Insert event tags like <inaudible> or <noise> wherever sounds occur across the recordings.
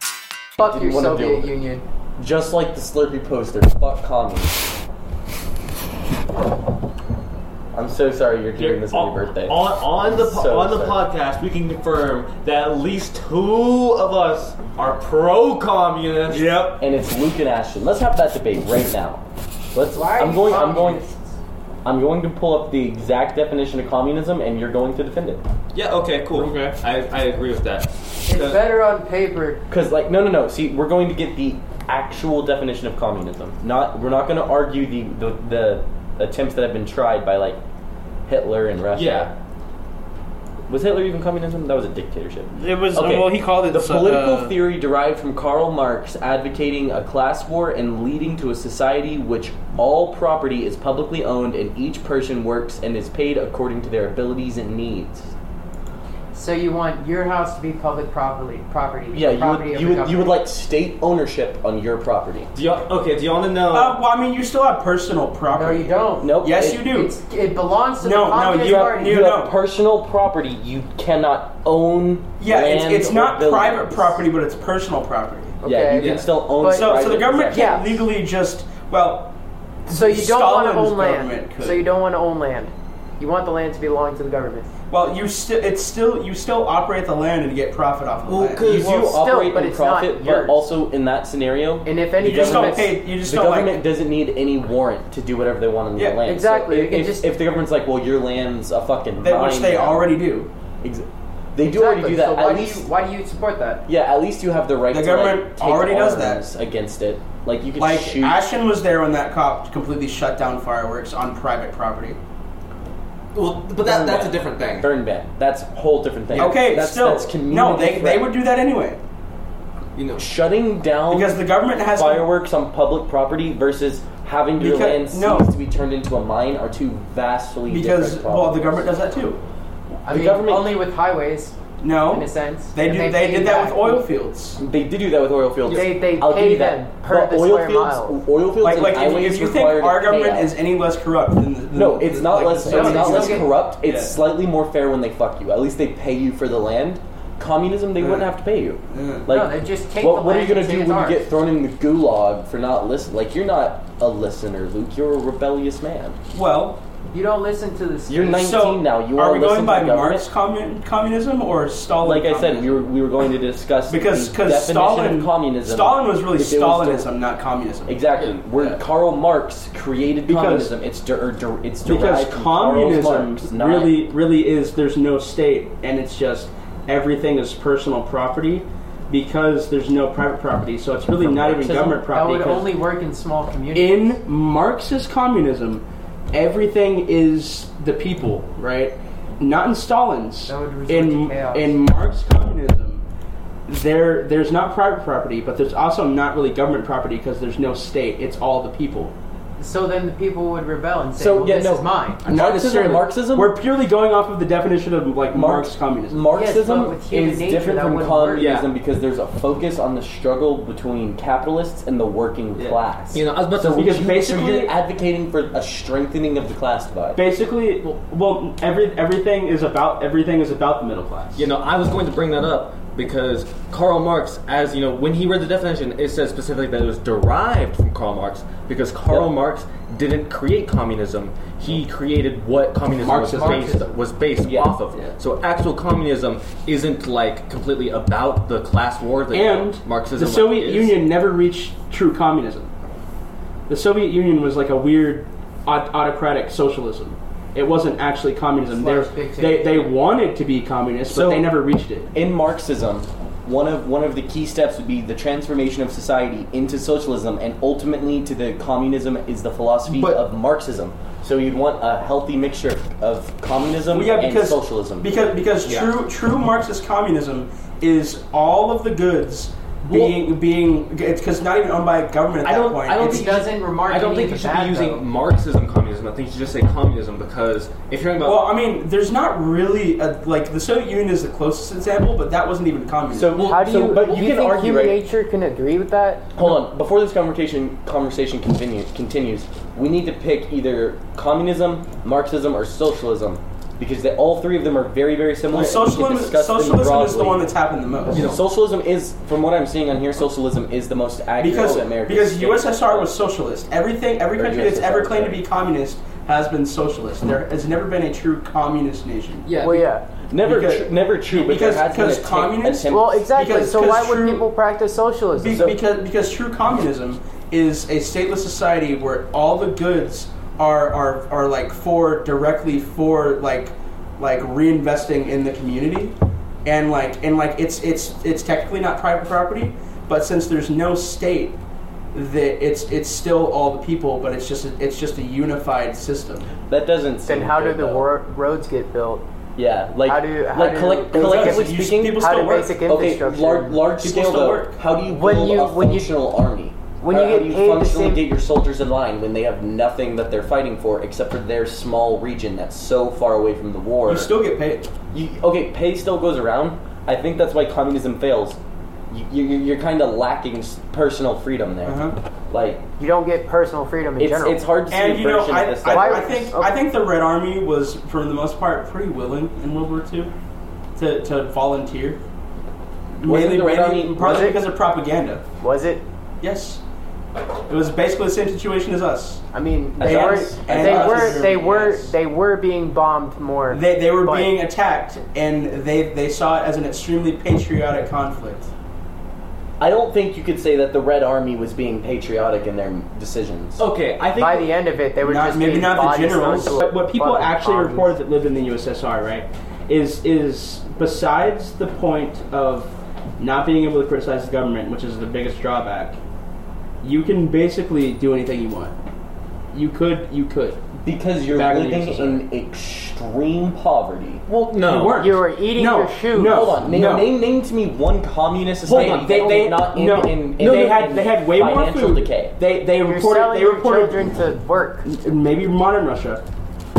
Fuck Didn't your wanna deal Soviet with it. Union. Just like the Slurpee poster, fuck commies. I'm so sorry you're doing this on your birthday. On, on the po- So on the sorry. podcast, we can confirm that at least two of us are pro-communist. Yep. and it's Luke and Ashton. Let's have that debate right now. Let's. Why are I'm you going. I'm going. communists? I'm going to pull up the exact definition of communism, and you're going to defend it. Yeah. Okay. Cool. Okay. I, I agree with that. Uh, It's better on paper. Because like, no, no, no. See, we're going to get the actual definition of communism. Not. We're not going to argue the, the the attempts that have been tried by like Hitler and Russia. Yeah. Was Hitler even communism? That was a dictatorship. It was well. He called it the so- political uh, theory derived from Karl Marx advocating a class war and leading to a society which all property is publicly owned and each person works and is paid according to their abilities and needs. So you want your house to be public properly property. Yeah, you property would, of you the would, you would government. like state ownership on your property. Do y'all, okay. Do y'all want to know? Uh, well, I mean, you still have personal No, property. you don't. Nope. Yes, it- you do. It's, it belongs to the No, no, Communist you have- Party. You No, have no. personal property. You cannot own. yeah, land it's, it's or not private buildings. property, but it's personal property. Yeah, Okay. you Yeah. can still own. But- So, so the private government property. can't legally just well. So you don't want to Stalin's own land. government could. So you don't want to own land. You want the land to belong to the government. Well, you still it's still you still operate the land and get profit off of Well, the land. because Well, you still, operate but and it's not profit, but yours. also in that scenario, And if any You just don't government, pay. You just the don't government like. doesn't need any warrant to do whatever they want on Yeah, your land. So exactly. if- They can if, just- if the government's like, well, your land's a fucking That which mine they now," already do. ex- they do already do that. So at why least, do you why do you support that? yeah, at least you have the right. The to, like, government take already does that. arms against it. Like you can Like shoot. Ashton was there when that cop completely shut down fireworks on private property. well, but that, that's a different thing. Burn ban. That's a whole different thing. Okay, that's, still that's community no. They threat. they would do that anyway You know. shutting down because the government has fireworks on public property versus having your Because- land no. cease to be turned into a mine are two vastly because different well the problems. government does that too. I The mean, government- only with highways No, in a sense. They And do. They pay did that with back. oil fields. They did do that with oil fields. They- they I'll pay give you that. them per But the oil square fields, mile. Oil fields Like, and like if, you- highways if you think require our to government pay out. is any less corrupt than the, than no, the- it's not like, less. the- It's not it's less okay. corrupt. It's Yeah. slightly more fair when they fuck you. At least they pay you for the land. Communism, they wouldn't Yeah. have to pay you. Yeah. Like, No, they just take what, the what are you land gonna and do take when its you get arms. thrown in the gulag for not listening? Like, you're not a listener, Luke. You're a rebellious man. Well, You don't listen to the You're speech. 19 so now. You are wanna we listen going by to the government? Marx commun- communism or Stalin? Like I said, communism? we were we were going to discuss because the because definition Stalin of communism. Stalin was really if it was to- Stalinism, not communism. Exactly. Where Yeah. Karl Marx created Because- communism, it's der, or der, it's derived because from Karl communism Marx, not- really really is there's no state and it's just everything is personal property because there's no private property so it's really not even Marxism, government That property would 'cause only work in small communities. in marxist communism everything is the people right not in stalin's That would result in to chaos. in marx communism there there's not private property but there's also not really government property because there's no state it's all the people so then the people would rebel and say, So, well, yeah, "This no. is mine." Marxism- Marxism? We're purely going off of the definition of like Marx, communism. Yes, but Marxism with human is nature, different that from wouldn't work. communism Yeah. because there's a focus on the struggle between capitalists and the working Yeah. class. You know, I was about to so because you, so basically- you're advocating for a strengthening of the class divide. Basically, well, every everything is about everything is about the middle class. You know, I was going to bring that up because Karl Marx, as you know, when he read the definition, it says specifically that it was derived from Karl Marx because Karl Yeah. Marx didn't create communism. He created what communism Marxism. was based was based Yeah. off of. Yeah. So actual communism isn't like completely about the class war that and Marxism the Soviet is. Union never reached true communism. The Soviet Union was like a weird aut- autocratic socialism. It wasn't actually communism. They Slash they they wanted to be communist, So- but they never reached it. in Marxism, one of one of the key steps would be the transformation of society into socialism, and ultimately to the communism is the philosophy But- of Marxism. So you'd want a healthy mixture of communism Well, yeah, and because socialism. because because Yeah. true true Marxist communism is all of the goods Well- being being it's because not even owned by a government at I that don't- point. I don't It's- It doesn't remark. I don't any think you of should that, be using though. Marxism communism. I think you should just say communism because if you're talking about well, I mean, there's not really a, like the Soviet Union is the closest example, but that wasn't even communism. so, How do so- you? But do you, you can think argue, human right? nature can agree with that? Hold on. Before this conversation conversation continue, continues, we need to pick either communism, Marxism, or socialism. because they, all three of them are very, very similar. Well, and we can socialism, discuss them socialism is the broadly. one that's happened the most. You know, socialism is, from what I'm seeing on here, socialism is the most accurate because American. because USSR was socialist. Everything every Or country that's ever USSR, claimed to sorry. be communist has been socialist. There has never been a true communist nation. Yeah. Well, yeah. never, because- tr- never true, but because- there has been because attempt- communists- attempt- Well, exactly. Because- so why because would true- people practice socialism? Be- because because true communism is a stateless society where all the goods are are, are like for directly for like like reinvesting in the community and like and like it's it's it's technically not private property but since there's no state that it's it's still all the people but it's just a, it's just a unified system That doesn't. Seem then how do good, the though. wor- roads get built? Yeah, like How do- how like do- collect, Exactly. collectively You- speaking, people How still do work. basic Okay, infrastructure? large, large People scale still though. work. How do you When build you- a when you- functional army? when How- you how get do you paid the functionally same- get your soldiers in line when they have nothing that they're fighting for except for their small region that's so far away from the war? you still get paid You- okay, pay still goes around. I think that's why communism fails. You, you, you- you're kind of lacking s- personal freedom there. Uh-huh. Like you don't get personal freedom in it's general. it's hard to see And a you know, version I, of this. oh. Why- I, I think I think the Red Army was, for the most part, pretty willing in World War II to, to volunteer. Wasn't Mainly, the Red mainly- Army- was partly it? because of propaganda. Was it? Yes, it was basically the same situation as us. I mean, I they thought- were I they thought were Germany, they were yes. they were being bombed more. They, they were but- being attacked, and they they saw it as an extremely patriotic conflict. I don't think you could say that the Red Army was being patriotic in their decisions. Okay, I think by the end of it, they were Not- just maybe being not the bodies generals. onto a But what people fucking actually bombs. reported that lived in the USSR, right, is is besides the point of not being able to criticize the government, which is the biggest drawback. You can basically do anything you want. You could, you could. Because you're Back in the living USSR. in extreme poverty. Well, no. You weren't. You were eating No, your shoes. no. Hold on, name, No. name, name to me one communist Hold society on, that they, did they not end no, in, in, no, in- they had in they had way more financial food. decay. They they You're reported selling they your reported children to work. maybe modern Russia.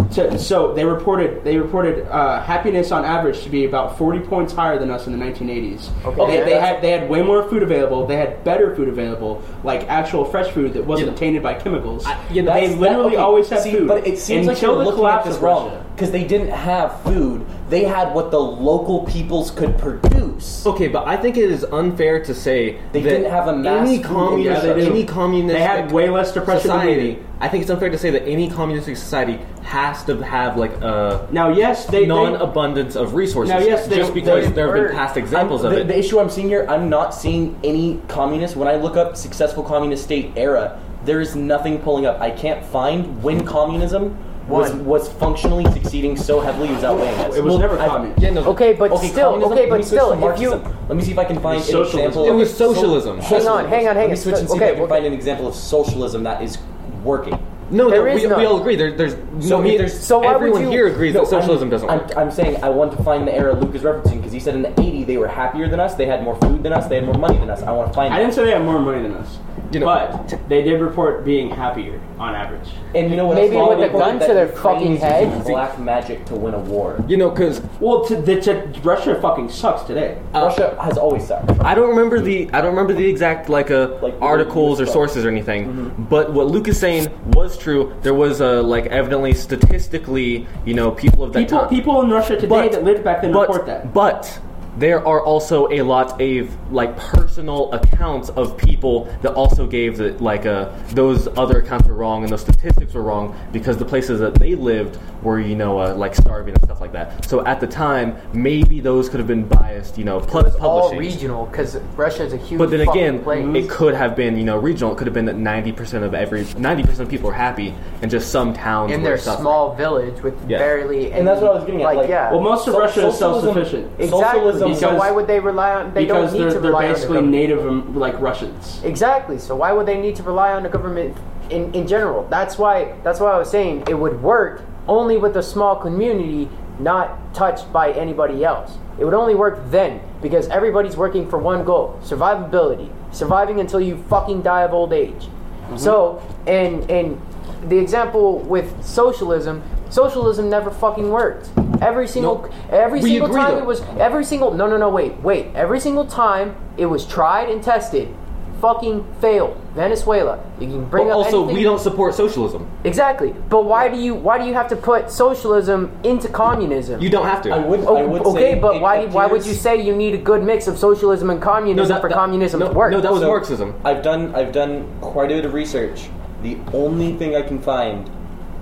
So, so they reported they reported uh, happiness on average to be about forty points higher than us in the nineteen eighties. Okay. they, they Yeah. had they had way more food available. They had better food available, like actual fresh food that wasn't Yeah. tainted by chemicals. That's- they literally that- okay, always had see, food. But it seems like until you're the looking at collapse this of wrong Russia. because they didn't have food. They had what the local peoples could produce. Okay, but I think it is unfair to say They that didn't have a mass any food communist, Yeah, they do. any communist. They had way less depression than we society. did. I think it's unfair to say that any communistic society has to have like a Now, yes, they they- non-abundance of resources. Now, yes, they- just because they there have were- been past examples I'm- of the, it. The issue I'm seeing here, I'm not seeing any communist. When I look up successful communist state era, there is nothing pulling up. I can't find when communism was, One. was functionally succeeding so heavily it was outweighing us. it was Well, never I- communist. yeah, no, Okay, but Okay, still, communism, okay, let me but switch still, to if you Marxism. let me see if I can find an socialism. example. It of- was socialism. So- Hang on, hang on, hang Let me on. switch and see Okay, if I can okay. find an example of socialism that is working. no, there no, is we, we none. all agree. There, there's So no, we, if- there's so why would everyone you- here agrees No, that socialism I'm, doesn't I'm, work. I'm saying I want to find the era Luke is referencing because he said in the '80s they were happier than us, they had more food than us, they had more money than us. I want to find. I that. didn't say they had more money than us, You know- but they did report being happier on average. And you know what? Maybe else? with a Probably gun that to their Ukraine's fucking using head. Black magic to win a war. you know, because Well, to, the, to, Russia fucking sucks today. Uh, Russia has always sucked. I don't remember the I don't remember the exact like, uh, Like, articles or stuff. sources or anything, Mm-hmm. but what Luke is saying was true. There was uh, like evidently statistically, you know, people of that People, time. people in Russia today But- that lived back then but, report that. But there are also a lot of like personal accounts of people that also gave the, like uh, those other accounts were wrong and those statistics were wrong because the places that they lived were you know uh, like starving and stuff like that. So at the time, maybe those could have been biased. You know, plus It's all publishing. regional because Russia is a huge. But then fucking again, place. it could have been you know regional. It could have been that ninety percent of every ninety percent of people are happy, and just some towns in were their suffering. small village with Yeah. barely. And that's what I was getting at, Like, like- yeah. Well, most of So- Russia is socialism- self-sufficient exactly. socialism- so Because- why would they rely on? They because don't need they're, to they're rely basically on the government. native um, like Russians. Exactly. So why would they need to rely on the government in, in general? That's why. That's why I was saying it would work only with a small community, not touched by anybody else. It would only work then because everybody's working for one goal: survivability, surviving until you fucking die of old age. Mm-hmm. So, and and the example with socialism, socialism never fucking worked. Every single every We single agree, time though. it was every single no no no wait wait every single time it was tried and tested fucking failed. Venezuela. You can bring But up also, anything- we don't support socialism. exactly. But why do you why do you have to put socialism into communism? You don't have to. I would. Oh, I would okay, say but it why why would you appears- say you need a good mix of socialism and communism for communism no, to work? No, that was So- Marxism. I've done I've done quite a bit of research. The only thing I can find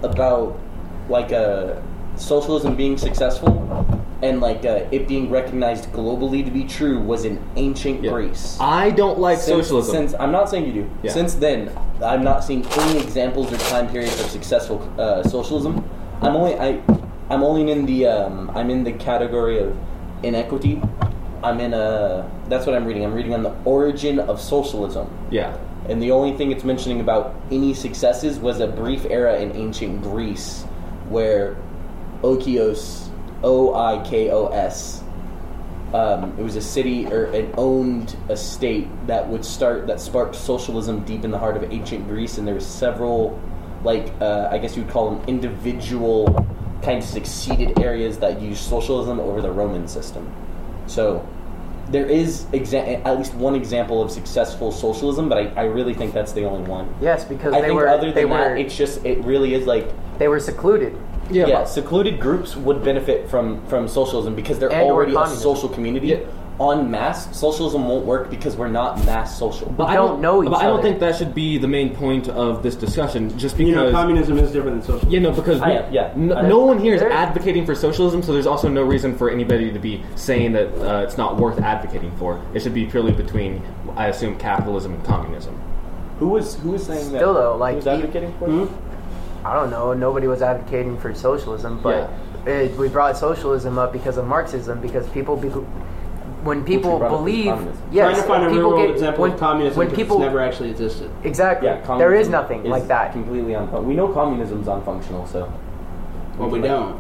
about like uh, socialism being successful and like uh, it being recognized globally to be true was in ancient Yeah. Greece. I don't like Since- socialism. Since I'm not saying you do. Yeah. Since then, I'm not seeing any examples or time periods of successful uh, socialism. I'm only I, I'm only in the um, I'm in the category of inequity. I'm in a that's what I'm reading. I'm reading on the origin of socialism, yeah. and the only thing it's mentioning about any successes was a brief era in ancient Greece, where Okios, O I K O S, um, it was a city or an owned estate that would start that sparked socialism deep in the heart of ancient Greece, and there were several, like uh, I guess you would call them individual kind of succeeded areas that used socialism over the Roman system. So there is exa- at least one example of successful socialism, but I, I really think that's the only one. yes, because I they think were other they than that, were it's just it really is like they were secluded. yeah, secluded groups would benefit from from socialism because they're And or already a communism. social community. Yeah. On mass, socialism won't work because we're not mass social. But I don't don't know each But I don't other. think that should be the main point of this discussion. Just because You know, communism is different than socialism. Yeah, no, because I we- am, yeah. n- I am. no one here is There- advocating for socialism, so there's also no reason for anybody to be saying that uh, it's not worth advocating for. It should be purely between, I assume, capitalism and communism. who was who was saying that? Still though, like, e- Hmm? who was the- advocating for? it? I don't know. Nobody was advocating for socialism, but it, we brought socialism up because of Marxism, because people be, when people brought up was believe communism. yes, Trying to find a people real world get- example when, of communism when because people it's never actually existed. exactly Yeah, communism there is nothing is like that. Completely unfun- We know communism's unfunctional, so Well, we don't.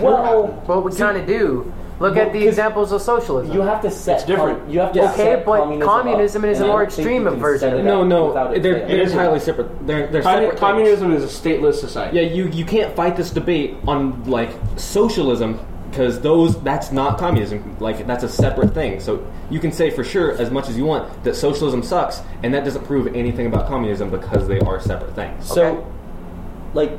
well, But we kind of do. Look Well, at the 'cause examples of socialism. you have to set It's different. you have to Okay, set but communism, communism up, is a and I more don't think extreme you can version set of it that. No, up no, without they're, it they're failing. entirely separate. They're, they're Commun- separate. communism is a stateless society. Yeah, you you can't fight this debate on like socialism because those that's not communism. Like that's a separate thing. So you can say for sure as much as you want that socialism sucks, and that doesn't prove anything about communism because they are separate things. So, Okay. like,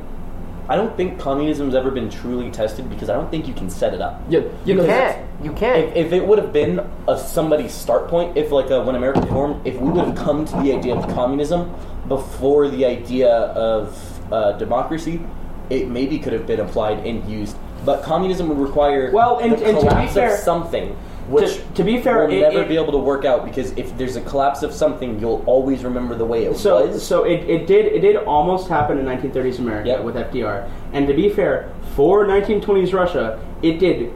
I don't think communism's ever been truly tested because I don't think you can set it up. Yeah, you, you know, that's- can't. You can't. If, if it would have been a somebody's start point, if like uh when America formed, if we would have come to the idea of communism before the idea of uh, democracy, it maybe could have been applied and used. But communism would require Well, and- the and to be collapse fair- of something, which to be fair, will it- never it- be able to work out because if there's a collapse of something, you'll always remember the way it So, was. so it, it did it did almost happen in 1930s America Yep. with FDR. And to be fair, for 1920s Russia, it did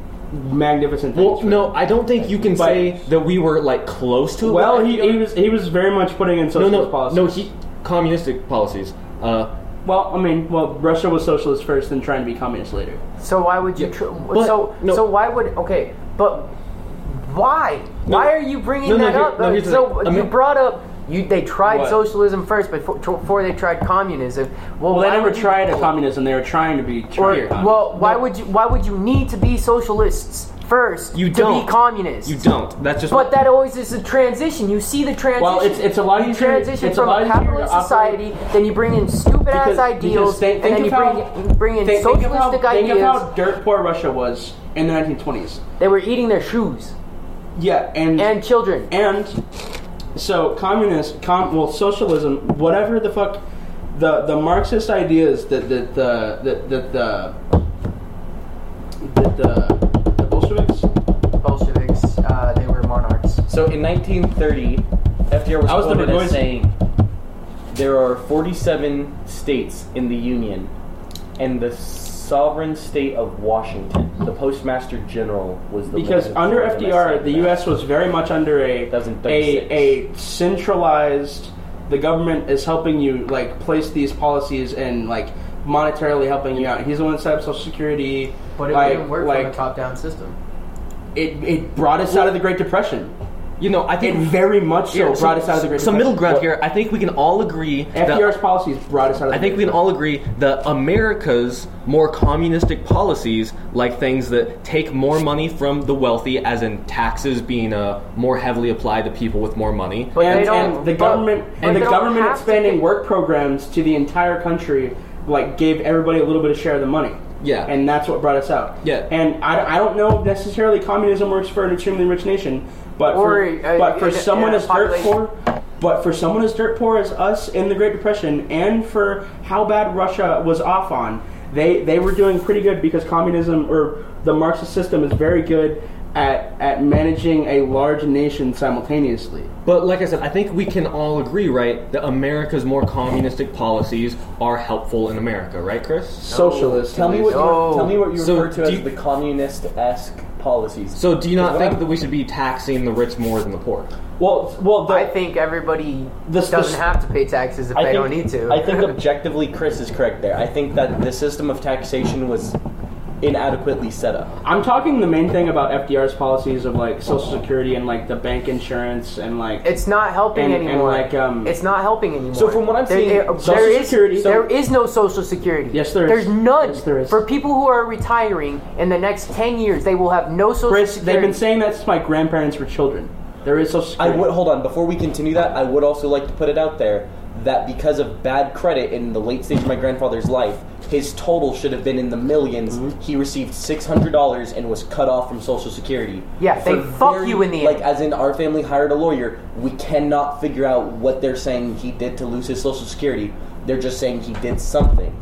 magnificent things. Well, for no, I don't think you can But- say that we were like close to. it. Well, he, he was he was very much putting in no, socialist no, policies. no, he communistic policies. Uh, Well, I mean, well, Russia was socialist first, then trying to be communist later. So why would you? Yeah, Tr- but- so no. so why would? Okay, but why? No. why are you bringing No, no, that here- up? no, here's the so thing. I you mean- brought up you. They tried What? socialism first before, before they tried communism. Well, Well, they why never would you- tried a communism. They were trying to be Or, trying. well, why would you? Why would you need to be socialists first? You to don't. be communists. you don't. That's just But that always is a transition. You see the transition. Well, it's- it's a lot You easier- transition it's a from lot a easier capitalist to operate- society, then you bring in stupid ass Because- ideals, because think- and then think you of bring, how- in- bring in Think, think of how, socialistic think of ideas. how dirt poor Russia was in the 1920s. They were eating their shoes Yeah, and children. And so communist, com, well, socialism, whatever the fuck, the the Marxist ideas that that the that that the that uh, the, the Bolsheviks. Bolsheviks, uh, they were monarchs. So in 1930, FDR was, I was never quoted going as to- saying, "There are 47 states in the Union, and the sovereign state of Washington, the Postmaster General, was the Because leader under of FDR, the MSA. U.S. was very much under a Doesn't a, 36. a centralized. The government is helping you like place these policies and like monetarily helping you out. He's the one that set up Social Security. like, like top down system. it, it brought us out of the Great Depression. you know, I It think very much so Yeah, brought us out of the Great some middle Depression. ground here. I think we can all agree that FDR's policies brought us out of. I think we can all agree that America's more communistic policies, like things that take more money from the wealthy, as in taxes being uh, more heavily applied to people with more money. But and, they don't, and the but- government but and the they don't government have to expanding take- work programs to the entire country like gave everybody a little bit of share of the money Yeah. and that's what brought us out Yeah. and i, I don't know if necessarily communism works for an extremely rich nation but Or, for, uh, but for in a- in someone a as dirt population. poor but for someone as dirt poor as us in the great depression and for how bad russia was off on they they were doing pretty good because communism or the marxist system is very good at, at managing a large nation simultaneously But like I said, I think we can all agree, right, that America's more communistic policies are helpful in America, right, Chris? socialist. Tell me what you, No. tell me what you So refer to do as you- the communist-esque policies. So do you Is not what think I'm- that we should be taxing the rich more than the poor? Well, well, the, I think everybody This- doesn't this- have to pay taxes if I they think- don't need to. I think objectively, Chris is correct there. I think that the system of taxation was inadequately set up. I'm talking the main thing about FDR's policies of like Social Security and like the bank insurance and like It's not helping And- and anymore. like, um, it's not helping anymore. So from what I'm seeing, there, eh, Social there is- Security- there is no Social Security. Yes, there is. There's none. Yes, there is. For people who are retiring in the next ten years, they will have no Social Chris, Security. they've been saying that's my grandparents were children. There is Social I Security. would hold on before we continue that. I would also like to put it out there that because of bad credit in the late stage of my grandfather's life, his total should have been in the 1000000s Mm-hmm. He received six hundred dollars and was cut off from Social Security. Yeah, they For fuck you in the like end. as in our family hired a lawyer. We cannot figure out what they're saying he did to lose his Social Security. They're just saying he did something.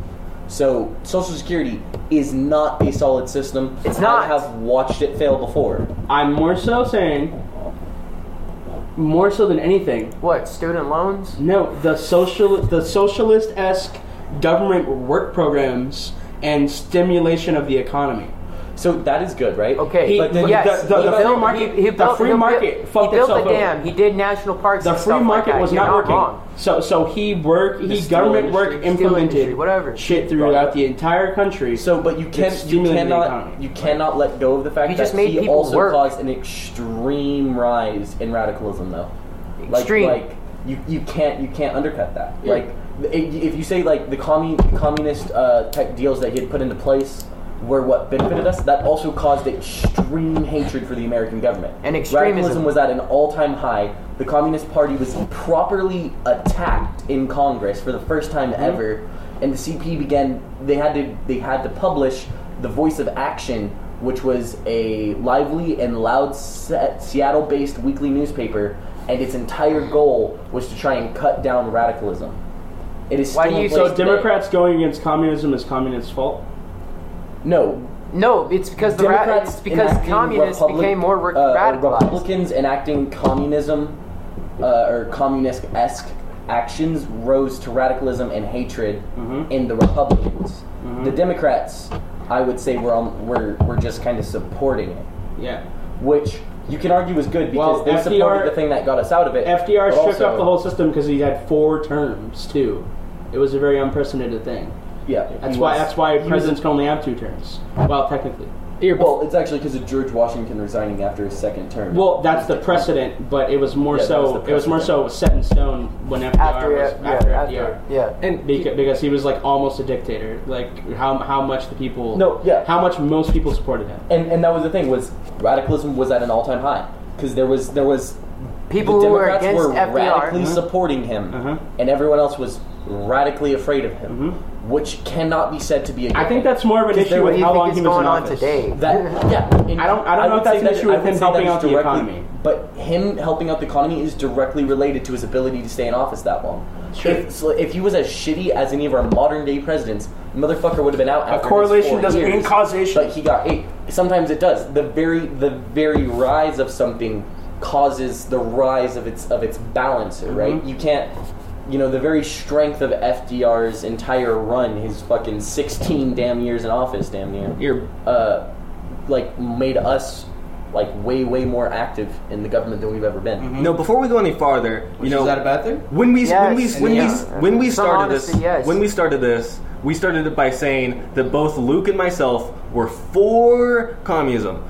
So Social Security is not a solid system. It's not. I have watched it fail before. I'm more so saying, more so than anything, what student loans? no, the social, the socialist esque government work programs and stimulation of the economy. So that is good, right? Okay, He- but then- yes, the- the- he the free built, market- he, he the built, free he built- market fucked he built itself a up. dam. He did national parks. The and free stuff like market that. was You're not working. Wrong. So so he work he steel government work industry, steel implemented industry, whatever. shit throughout the entire country. So, but you It's can't, you stimulating the cannot, economy. you cannot let go of the fact He that just made he people also work. caused an extreme rise in radicalism, though. Like, Extreme. like you, you can't, you can't undercut that. Like, if if you say like the commun, communist uh, type deals that he had put into place were what benefited us, that also caused extreme hatred for the American government. And extremism. radicalism was at an all-time high. The Communist Party was properly attacked in Congress for the first time Mm-hmm. ever, and the CP began. They had to they had to publish the Voice of Action, which was a lively and loud se- Seattle-based weekly newspaper, and its entire goal was to try and cut down radicalism. It is Why do still in you- place so So today. Democrats going against communism is communists' fault. No, No, it's because the ra- Democrats it's because enacting communists Republic- became more re- uh, or radicalized. Republicans enacting communism uh, or communist esque actions rose to radicalism and hatred in the Republicans. The Democrats, I would say, were on, were were just kind of supporting it, Yeah. which you can argue was good because Well, they FDR supported the thing that got us out of it. FDR but shook also- up the whole system because he had four terms too. It was a very unprecedented thing. Yeah, That's he why was- that's why he was- presidents can only have two terms. Well, technically. Well, it's actually because of George Washington resigning after his second term. Well, that's the precedent, but it was more Yeah, that was so the it was more so set in stone when FDR after, was yeah, after yeah, FDR. after, yeah. And Beca- because he was like almost a dictator. Like how how much the people No, yeah. how much most people supported him. and and that was the thing was radicalism was at an all time high because there was there was People the who were Democrats against were radically FDR. supporting him, Uh-huh. and everyone else was radically afraid of him, which cannot be said to be. A good Mm-hmm. I think thing. that's more of an Because there issue were- with you how think long it's he was going in on office. today. <laughs> That yeah, and I don't- I don't know would if that's say an that- issue I with would him say that helping is out the directly- economy. but him helping out the economy is directly related to his ability to stay in office that long. Sure. If, so if he was as shitty as any of our modern day presidents, motherfucker would have been out. A After correlation his four doesn't years. mean causation. But he got eight. Sometimes it does. The very the very rise of something causes the rise of its of its balancer, Mm-hmm. right? You can't you know, the very strength of FDR's entire run, his fucking sixteen damn years in office damn near you're uh like made us like way, way more active in the government than we've ever been. no. Before we go any farther, you Mm-hmm. is know that a bad thing? when we when we Yes, when yes. we when we Some started honesty, this yes. when we started this we started it by saying that both Luke and myself were for communism.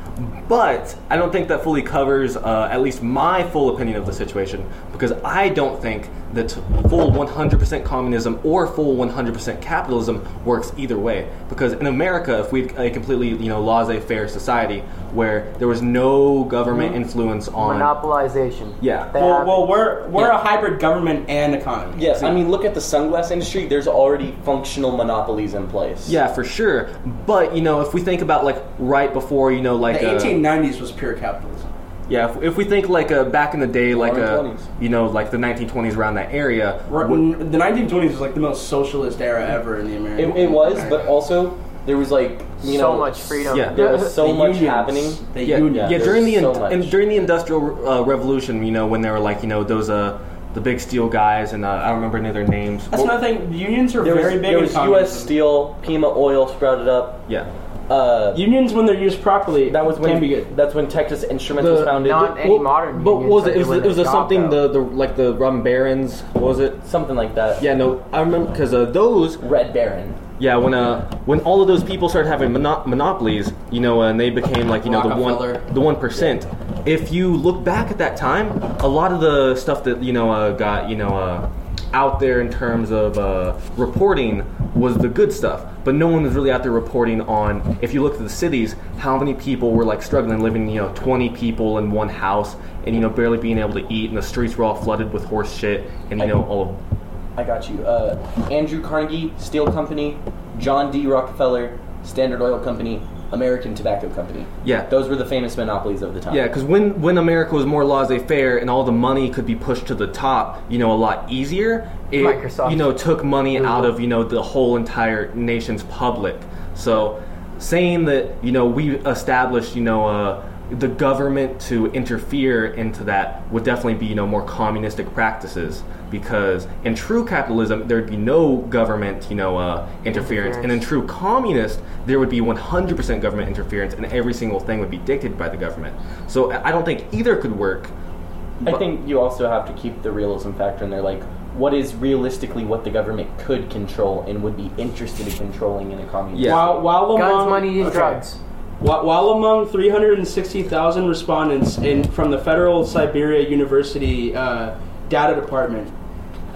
But I don't think that fully covers uh, at least my full opinion of the situation because I don't think that full 100% communism or full 100% capitalism works either way. Because in America, if we had a completely you know laissez-faire society where there was no government Mm-hmm. influence on Monopolization. Yeah. That Well, happened. well, we're we're Yeah. a hybrid government and economy. Yes, I mean, look at the sunglass industry. There's already functional monopolies in place. yeah for sure. But you know if we think about like right before you know like The uh, 1890s was pure capitalism. Yeah, if, if we think like uh, back in the day, like uh, 1920s. you know, like the 1920s around that area. We're- wh- the 1920s was like the most socialist era ever in the American. It, it was, but also there was like you so know much freedom. yeah. There was so The much unions, happening. The yeah, unions. yeah, there's during the so in- much. in- during the industrial uh, revolution, you know, when there were like you know those uh the big steel guys, and uh, I don't remember any of their names. That's another thing. Unions are There was, very big. there in was U.S. communism. Steel, Pima Oil sprouted up. yeah, Uh, Unions, when they're used properly, that was when can be good. that's when Texas Instruments The- was founded. not any modern. But unions what was are it? It was, doing it was their a job, something though. the the like the Robin Barons. What was it? something like that. Yeah, no, I remember because uh, those Red Baron. Yeah, when uh, when all of those people started having mono- monopolies, you know, and they became like you know the Rockefeller. one the one percent. If you look back at that time, a lot of the stuff that you know uh, got you know uh, out there in terms of uh, reporting was the good stuff, but no one was really out there reporting on. If you look at the cities, how many people were like struggling, living you know twenty people in one house, and you know barely being able to eat, and the streets were all flooded with horse shit, and you know all of I got you. Uh, Andrew Carnegie Steel Company, John D. Rockefeller, Standard Oil Company, American Tobacco Company. yeah. Those were the famous monopolies of the time. Yeah, because when when America was more laissez-faire and all the money could be pushed to the top, you know, a lot easier. It, Microsoft. you know, took money out of you know the whole entire nation's public. So saying that you know we established you know uh, the government to interfere into that would definitely be you know more communistic practices because in true capitalism there'd be no government you know uh, interference and in true communist there would be 100% government interference and every single thing would be dictated by the government so i I don't think either could work I think you also have to keep the realism factor in there. Like, what is realistically what the government could control and would be interested in controlling in a communist? Yeah. While, while among, guns, money, and okay. drugs. While, while among 360,000 respondents in, from the Federal Siberia University uh, Data Department,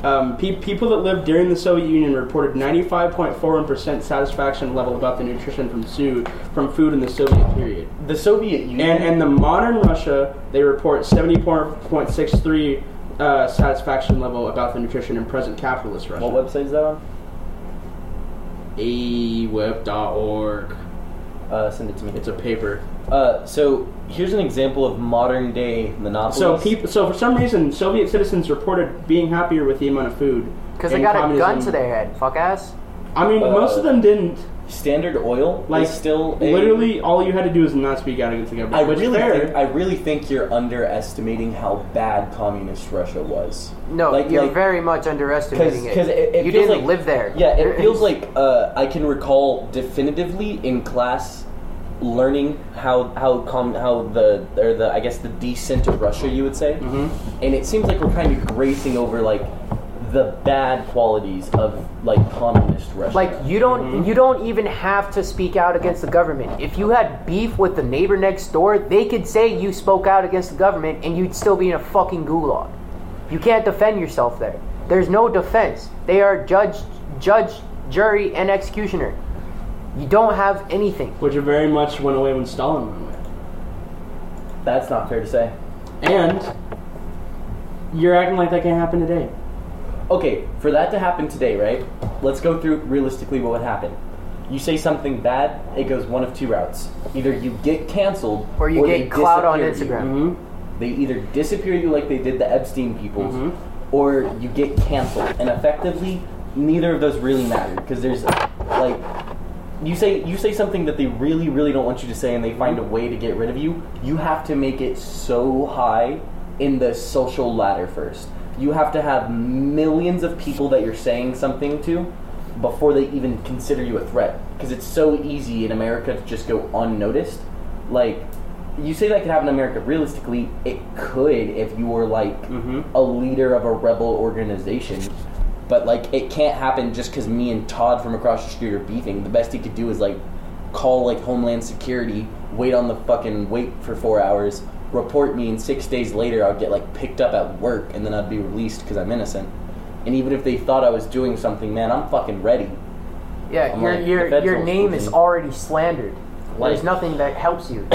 um, pe- people that lived during the Soviet Union reported 95.41% satisfaction level about the nutrition from food, from food in the Soviet period. The Soviet Union. And, and the modern Russia, they report 74.63 uh, satisfaction level about the nutrition in present capitalist Russia. what website is that on? aweb.org. Uh, send it to me. It's a paper. Uh, so here's an example of modern day monopolies. So people, so for some reason, Soviet citizens reported being happier with the amount of food. Because they in got communism. a gun to their head. Fuck ass. I mean, Uh, most of them didn't. Standard Oil Like, is still a- Literally, all you had to do is not speak out against the government. I which really, fair. think, I really think you're underestimating how bad communist Russia was. No, Like- you're like- very much underestimating it. Because it, it You feels didn't like, live there. <laughs> Yeah, it There feels is- like uh, I can recall definitively in class learning how how com- how the or the I guess the descent of Russia you would say, Mm-hmm. and it seems like we're kind of gracing over like the bad qualities of like communist Russia. Like you don't Mm-hmm. you don't even have to speak out against the government. If you had beef with the neighbor next door, they could say you spoke out against the government and you'd still be in a fucking gulag. You can't defend yourself there. There's no defense. They are judge judge, jury and executioner. You don't have anything. which very much went away when Stalin went away. that's not fair to say. And you're acting like that can't happen today. Okay, for that to happen today, right? Let's go through realistically what would happen. You say something bad, it goes one of two routes. Either you get canceled, Or you they get clout on disappear you. Mm-hmm. Instagram. They either disappear you like they did the Epstein people, Mm-hmm. or you get canceled. And effectively, neither of those really matter because there's like you say you say something that they really really don't want you to say, and they find a way to get rid of you. You have to make it so high in the social ladder first. You have to have millions of people that you're saying something to before they even consider you a threat. Because it's so easy in America to just go unnoticed. Like you say that could happen in America. Realistically, it could if you were like a leader of a rebel organization. But like, it can't happen just because me and Todd from across the street are beefing. The best he could do is like call like Homeland Security, wait on the fucking wait for four hours, report me, and six days later I'd get like picked up at work, and then I'd be released because I'm innocent. And even if they thought I was doing something, man, I'm fucking ready. Yeah, I'm your like, the your feds your don't name do is me. already slandered. There's Like- nothing that helps you. <coughs>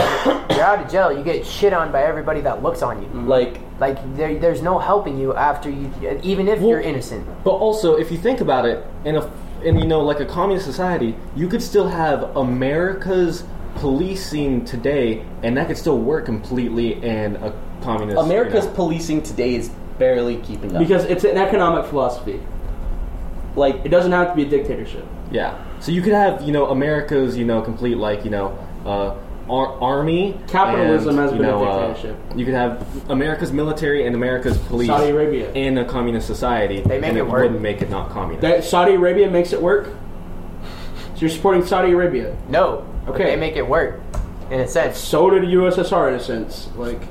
You're out of jail. You get shit on by everybody that looks on you. Like Like there, there's no helping you after you, even if Well- you're innocent. But also, if you think about it, in a in you know like a communist society, you could still have America's policing today, and that could still work completely in a communist. America's you know. policing today is barely keeping up. Because it's an economic philosophy. like It doesn't have to be a dictatorship. yeah. So you could have you know America's you know complete like you know. Uh, Ar- army and, Capitalism has you been a know, uh, dictatorship. you could have America's military and America's police Saudi Arabia. in a communist society. They make and it it work. wouldn't make it not communist. That Saudi Arabia makes it work. So you're supporting Saudi Arabia. No. but Okay. They make it work, in a sense. So did USSR in a sense. Like,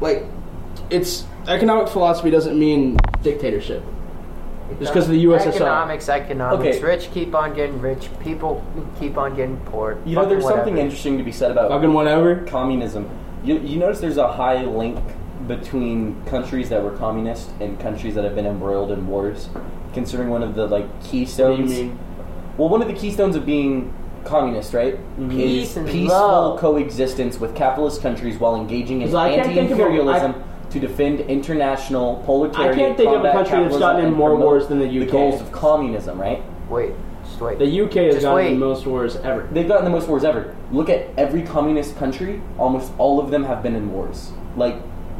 like, it's economic philosophy doesn't mean dictatorship. Just 'cause of the USSR. Economics, economics. Okay. Rich keep on getting rich. People keep on getting poor. you know, Fucking there's something whatever. interesting to be said about Fucking whatever. communism. You, you notice there's a high link between countries that were communist and countries that have been embroiled in wars, considering one of the like keystones. mean? Well, one of the keystones of being communist, right, Mm-hmm. Peace is and peaceful love. coexistence with capitalist countries while engaging in So I can't think of a- anti-imperialism to defend international proletariat I can't think of a combat country that's capitalism gotten in and more promote wars than the UK. goals of communism, right? Wait, just wait. The UK has Just gotten wait. the most wars ever. They've gotten the most wars ever. Look at every communist country; almost all of them have been in wars, like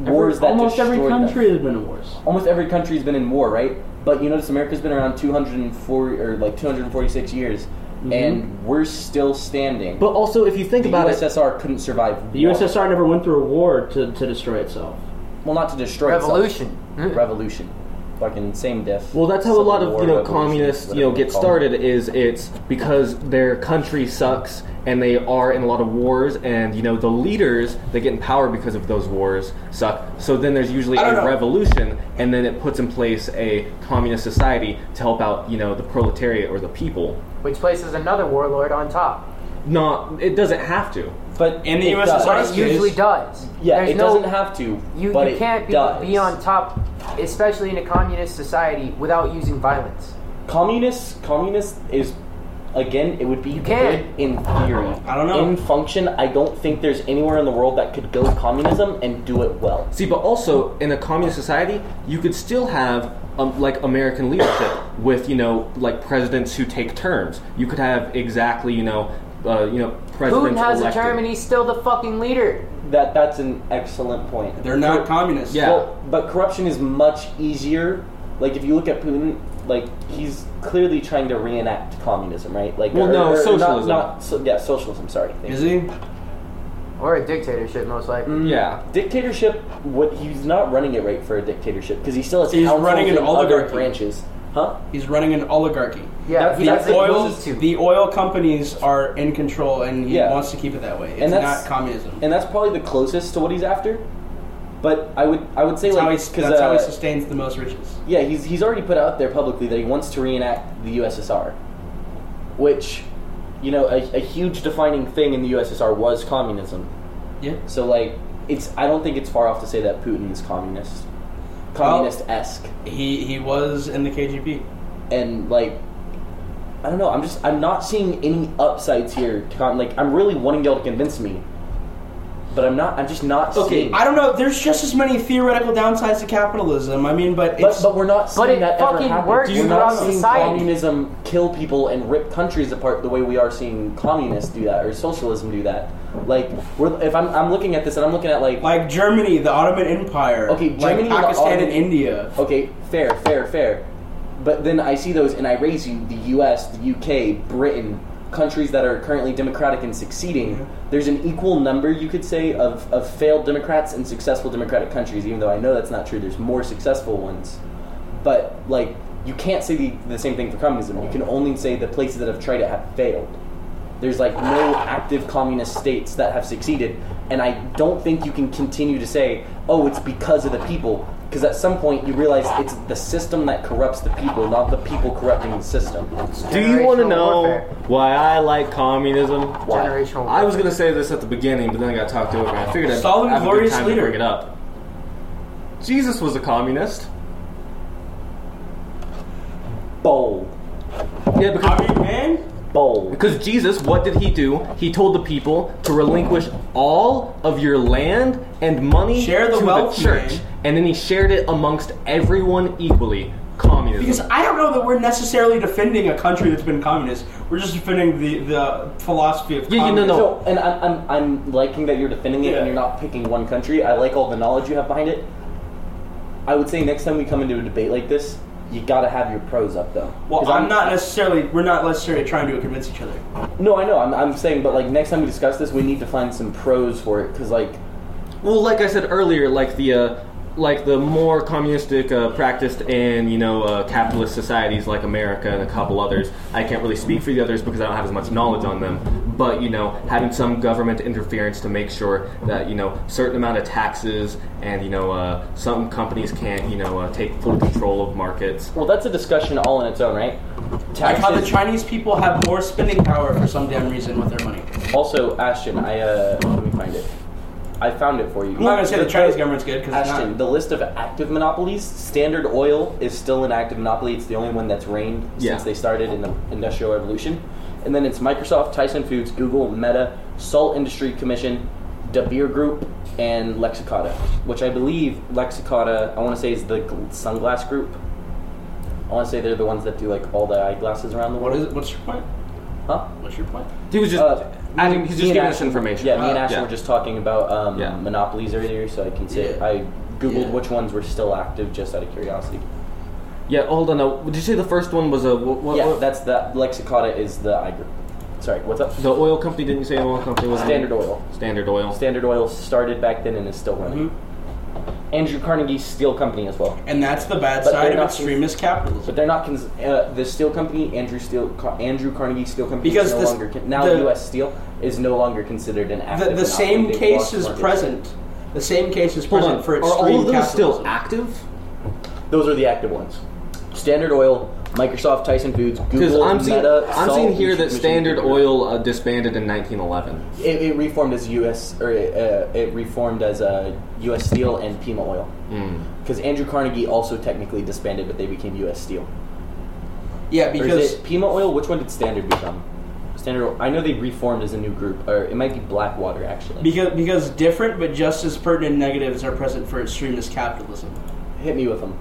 wars that almost every destroyed them. country has been in wars. Almost every country's been in war, right? But you notice America's been around 240 or like 246 years, and we're still standing. Mm-hmm. but also, if you think the about it, USSR couldn't survive. The USSR never went through a war to, to destroy itself. well, not to destroy itself. Revolution. Mm. revolution, fucking same diff. Well, that's how a Civil lot of War, you know revolution, communists you whatever know you get call it. started is it's because their country sucks and they are in a lot of wars and you know the leaders that get in power because of those wars suck. So then there's usually I a don't know. revolution and then it puts in place a communist society to help out you know the proletariat or the people. Which places another warlord on top. Not it doesn't have to. But In the it USSR But does. it usually does. yeah, There's it no- doesn't have to. You, but you it can't be, does. be on top, especially in a communist society, without using violence. Communists, communist is again. It would be can't. good in theory. I don't know. In function, I don't think there's anywhere in the world that could go communism and do it well. See, but also in a communist society, you could still have um, like American leadership with you know like presidents who take terms. You could have exactly you know uh, you know Putin presidents has elected. a term and he's still the fucking leader. That that's an excellent point. They're not communists. Yeah. Well, but corruption is much easier. Like if you look at Putin, like he's clearly trying to reenact communism, right? Like Well, or- no, or- or not- socialism. Not, so, yeah, socialism. Sorry. Is he? Or a dictatorship, most likely. Mm. yeah. Dictatorship. What he's not running it right for a dictatorship because he still has. He's councils running an and other oligarchy. branches, huh? He's running an oligarchy. Yeah, That's he the doesn't Oil, need to. the oil companies are in control, and he Yeah. wants to keep it that way. It's And that's- not communism. And that's probably the closest to what he's after. But I would I would say That's, how, he, like that's because how he uh, sustains the most riches. yeah he's he's already put out there publicly that he wants to reenact the USSR, which you know a, a huge defining thing in the USSR was communism. Yeah. So like it's I don't think it's far off to say that Putin is communist, communist esque, He he was in the KGB. and like I don't know. I'm just I'm not seeing any upsides here. To con- like I'm really wanting y'all to convince me, but I'm not. I'm just not. Okay, seeing- I don't know. There's just as many theoretical downsides to capitalism. I mean, but But, it's but we're not seeing it that ever fucking happen. works we're throughout not seeing society. communism kill people and rip countries apart the way we are seeing communists do that or socialism do that. Like, we're, if I'm, I'm looking at this and I'm looking at like, like Germany, the Ottoman Empire. Okay, like Germany, the Pakistan Ottoman- and India. okay, fair, fair, fair, but then I see those and I raise you the U.S., the U.K., Britain, countries that are currently democratic and succeeding. There's an equal number you could say of of failed Democrats and successful democratic countries. Even though I know that's not true, there's more successful ones. but like you can't say the, the same thing for communism. You can only say the places that have tried it have failed. There's like no active communist states that have succeeded, and I don't think you can continue to say, "Oh, it's because of the people," Because at some point you realize it's the system that corrupts the people, not the people corrupting the system. Do you want to Generational know warfare. why I like communism? Why? Generational I was going to say this at the beginning, but then I got talked over. and I figured I'd Stalin, have a good glorious time to leader. bring it up. Jesus was a communist. Bold, Yeah, because I mean, man, bold. Because Jesus, what did he do? He told the people to relinquish all of your land and money Share the to wealth, the church, man. and then he shared it amongst everyone equally. Communism. because I don't know that we're necessarily defending a country that's been communist. We're just defending the, the philosophy of Yeah, you- no, communism. no. So, and I'm, I'm, I'm liking that you're defending it Yeah. and you're not picking one country. I like all the knowledge you have behind it. I would say next time we come into a debate like this, you gotta have your pros up though. Well, 'Cause I'm not necessarily. We're not necessarily trying to convince each other. No, I know. I'm, I'm saying, but like next time we discuss this, we need to find some pros for it because like Well, like I said earlier, like the uh, like the more communistic uh, practiced in you know uh, capitalist societies like America and a couple others, I can't really speak for the others because I don't have as much knowledge on them. But you know, having some government interference to make sure that you know certain amount of taxes and you know uh, some companies can't you know uh, take full control of markets. Well, that's a discussion all on its own, right? Like how the Taxes. Chinese people have more spending power for some damn reason with their money. also, Ashton, I uh, let me find it. I found it for you. I'm not gonna say the Chinese government's good because it's Ashton, not. the list of active monopolies. Standard Oil is still an active monopoly. It's the only one that's reigned Yeah. since they started in the Industrial Revolution. And then it's Microsoft, Tyson Foods, Google, Meta, Salt Industry Commission, De Beer Group, and Lexicata, which I believe Lexicata, I want to say, is the gl- sunglass group. I want to say they're the ones that do like all the eyeglasses around the What world. is it? What's your point? Huh? What's your point? He was just Uh, I think he's me just and giving us Ashton- information. Yeah, me and Uh, Ashton yeah. were just talking about um, Yeah. monopolies earlier, so I can say Yeah. I googled Yeah. which ones were still active, just out of curiosity. Yeah, hold on. Now, did you say the first one was a what, what, yeah, what- that's that. Lexicata is the I group. Sorry, what's up? the oil company? Didn't you say the oil company was Standard Oil. Standard Oil. Standard Oil started back then and is still running. Mm-hmm. Andrew Carnegie's steel company as well, And that's the bad But side they're of not- extremist but capitalism. they're not cons- uh, the steel company. Andrew Steel, Car- Andrew Carnegie Steel Company Because is no this- longer con- now the- U.S. Steel is no longer considered an active. The, the monopoly. same They've case lost is market share. present. The same case is Hold present on. for Are extreme all of those capitalism. still active? Those are the active ones. Standard Oil, Microsoft, Tyson Foods, Because Google, I'm seeing, Meta. I'm Salt, seeing here Mission- that Mission Standard Computer. Oil uh, disbanded in 1911. It, it reformed as U.S. or uh, it reformed as uh, U.S. Steel and Pima Oil. Hmm. Because Andrew Carnegie also technically disbanded, but they became U.S. Steel. Yeah, Or is because it Pima Oil? Which one did Standard become? Standard. Oil- I know they reformed as a new group, or it might be Blackwater actually. because because different but just as pertinent negatives are present for extremist capitalism. Hit me with them.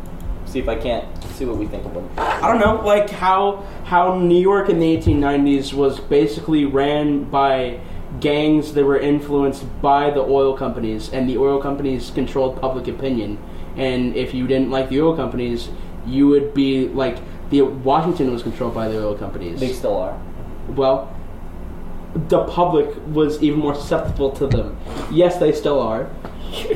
See if I can't. See what we think of them. I don't know, like how how New York in the 1890s was basically ran by gangs that were influenced by the oil companies, and the oil companies controlled public opinion. And if you didn't like the oil companies, you would be like the Washington was controlled by the oil companies. They still are. well, the public was even more susceptible to them. Yes, they still are,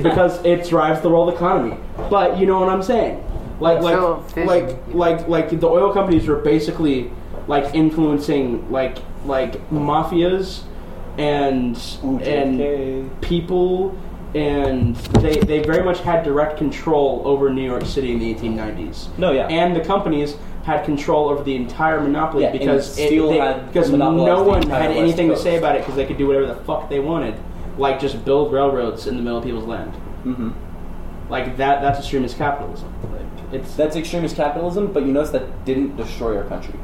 because it drives the world economy. But you know what I'm saying? Like, like, So, fish- like, like, like the oil companies were basically like influencing like like mafias and and people, and they they very much had direct control over New York City in the 1890s No, yeah. and the companies had control over the entire monopoly Yeah, and because it, Steele they- had because monopolized no the one entire had West anything to Coast. say about it because they could do whatever the fuck they wanted, like just build railroads in the middle of people's land. hmm Like that that's extremist capitalism. Like it's That's extremist capitalism, but you notice that didn't destroy our country.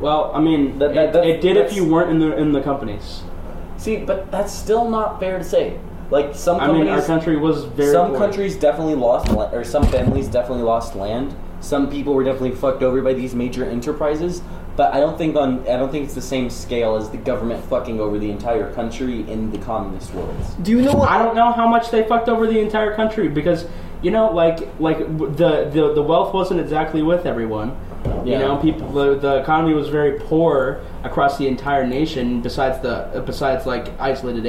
well, I mean, That- that- it- that- it, did if that's- you weren't in the in the companies. See, but that's still not fair to say. Like some I mean, our companies, country was very some poor. countries definitely lost, la- or some families definitely lost land. Some people were definitely fucked over by these major enterprises. But I don't think on I don't think it's the same scale as the government fucking over the entire country in the communist world. Do you know what? I don't know how much they fucked over the entire country because you know, like like w- the the, the wealth wasn't exactly with everyone. You Yeah. know, people the, the economy was very poor across the entire nation. Besides the besides like isolated